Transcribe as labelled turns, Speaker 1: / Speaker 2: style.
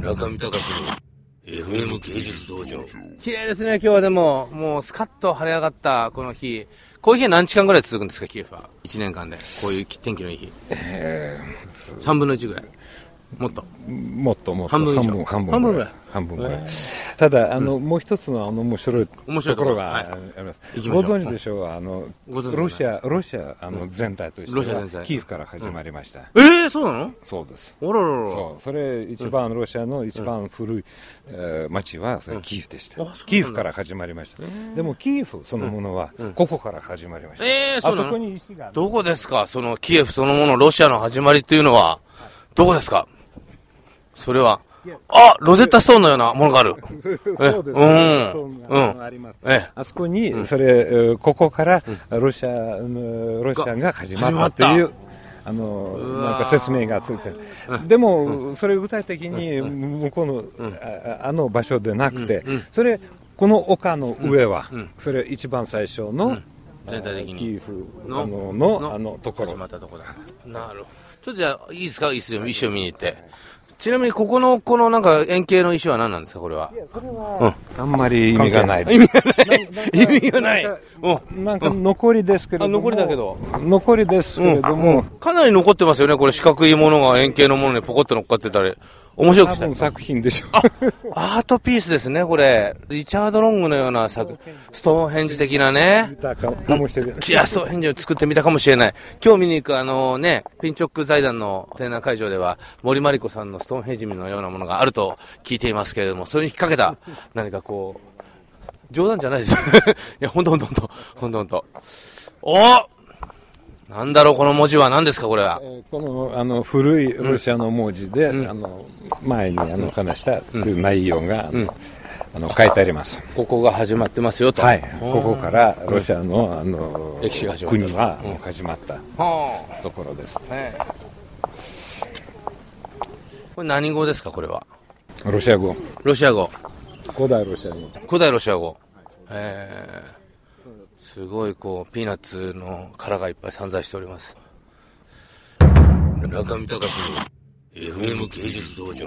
Speaker 1: 中見隆の FM 芸術道場。
Speaker 2: 綺麗ですね、今日はでも、もうスカッと晴れ上がった、この日。こういう日は何時間ぐらい続くんですか、キエフは。1年間で。こういう天気のいい日。3分の1ぐらい。もっと。
Speaker 3: もっともっと
Speaker 2: 半分以上
Speaker 3: 半
Speaker 2: 半
Speaker 3: 分半
Speaker 2: 分
Speaker 3: 分
Speaker 2: ぐ
Speaker 3: ぐ
Speaker 2: ら
Speaker 3: ら
Speaker 2: い
Speaker 3: い半分ぐらいただあの、もう一つのあの面白い
Speaker 2: 面白い
Speaker 3: と
Speaker 2: ところ
Speaker 3: ころが
Speaker 2: はい
Speaker 3: あります、
Speaker 2: 行きま
Speaker 3: ご
Speaker 2: しょう
Speaker 3: 存知でしょうあの
Speaker 2: ご存知
Speaker 3: ロシアロシアあの全体として
Speaker 2: ロシア全
Speaker 3: は
Speaker 2: 体
Speaker 3: キーフから始まりました、
Speaker 2: ええー、そうなの
Speaker 3: そうです
Speaker 2: おろろろ。
Speaker 3: そうそれ一番ロシアの一番古い、えー町はそれキーフでし
Speaker 2: あ
Speaker 3: た、
Speaker 2: そうなんだ
Speaker 3: キーフから始まりましたでもキーフそのものはここから始まりました、
Speaker 2: えーそうな
Speaker 3: あ
Speaker 2: の
Speaker 3: そこに石が
Speaker 2: どこですかそのキエフそのもの、ロシアの始まりっていうのは、どこですかそれは、あロゼッタストーンのようなものがある。
Speaker 3: そうです
Speaker 2: うん
Speaker 3: ね。スト
Speaker 2: う
Speaker 3: ーン
Speaker 2: ん
Speaker 3: があのあります。
Speaker 2: ええ
Speaker 3: あそこに、それ、えーここから、ロシアの、ロシアが始まったって
Speaker 2: 始
Speaker 3: い
Speaker 2: ま
Speaker 3: う、あの、なんか説明がついてる。でも、それ具体的に、向こうの、ああの場所でなくて、それ、この丘の上は、それ一番最初の、
Speaker 2: 全体的に
Speaker 3: あキーフ
Speaker 2: の
Speaker 3: あの
Speaker 2: の
Speaker 3: の、あの、とこ
Speaker 2: 始ま
Speaker 3: ろ
Speaker 2: っ。たとこだ。なるほど。ちょっとじゃあ、いいですか石を石を見に行って。ちなみに、ここの、このなんか円形の石は何なんですかこれは。
Speaker 3: あんまり意味がない。
Speaker 2: 意味がない。意味がない。うん。
Speaker 3: なんか残りですけれども。
Speaker 2: あ残りだけど。
Speaker 3: 残りですけれども、
Speaker 2: かなり残ってますよね。これ四角いものが円形のものにポコッと乗っかってたり。面白
Speaker 3: 多
Speaker 2: くて
Speaker 3: 分。作品でしょう。
Speaker 2: アートピースですね、これ。リチャード・ロングのような作、ストーンヘンジ的なね。
Speaker 3: たかかもしれない。
Speaker 2: いや、ストーンヘンジを作ってみたかもしれない。今日見に行くあのね、ピンチョック財団の展覧会場では、森まりこさんのストーンヘンジのようなものがあると聞いていますけれども、それに引っ掛けた、何かこう、冗談じゃないです。い や、ほんとほんとほんと、ほんとほんと。おなんだろう、この文字は何ですか、これは。
Speaker 3: えーこのあの古いロシアの文字で、あの前にあの話したという内容が、あのあの書いてあります。
Speaker 2: ここが始まってますよと。
Speaker 3: はい、ここからロシアのあの
Speaker 2: 歴史が始まった
Speaker 3: 国はもう始まった
Speaker 2: は
Speaker 3: ところです。
Speaker 2: あねこれ何語ですか、これは。
Speaker 3: ロシア語、
Speaker 2: ロシア語。
Speaker 3: 古代ロシア語。
Speaker 2: 古代ロシア語。えー、すごいこう、ピーナッツの殻がいっぱい散在しております。
Speaker 1: 中見隆の FM 芸術道場。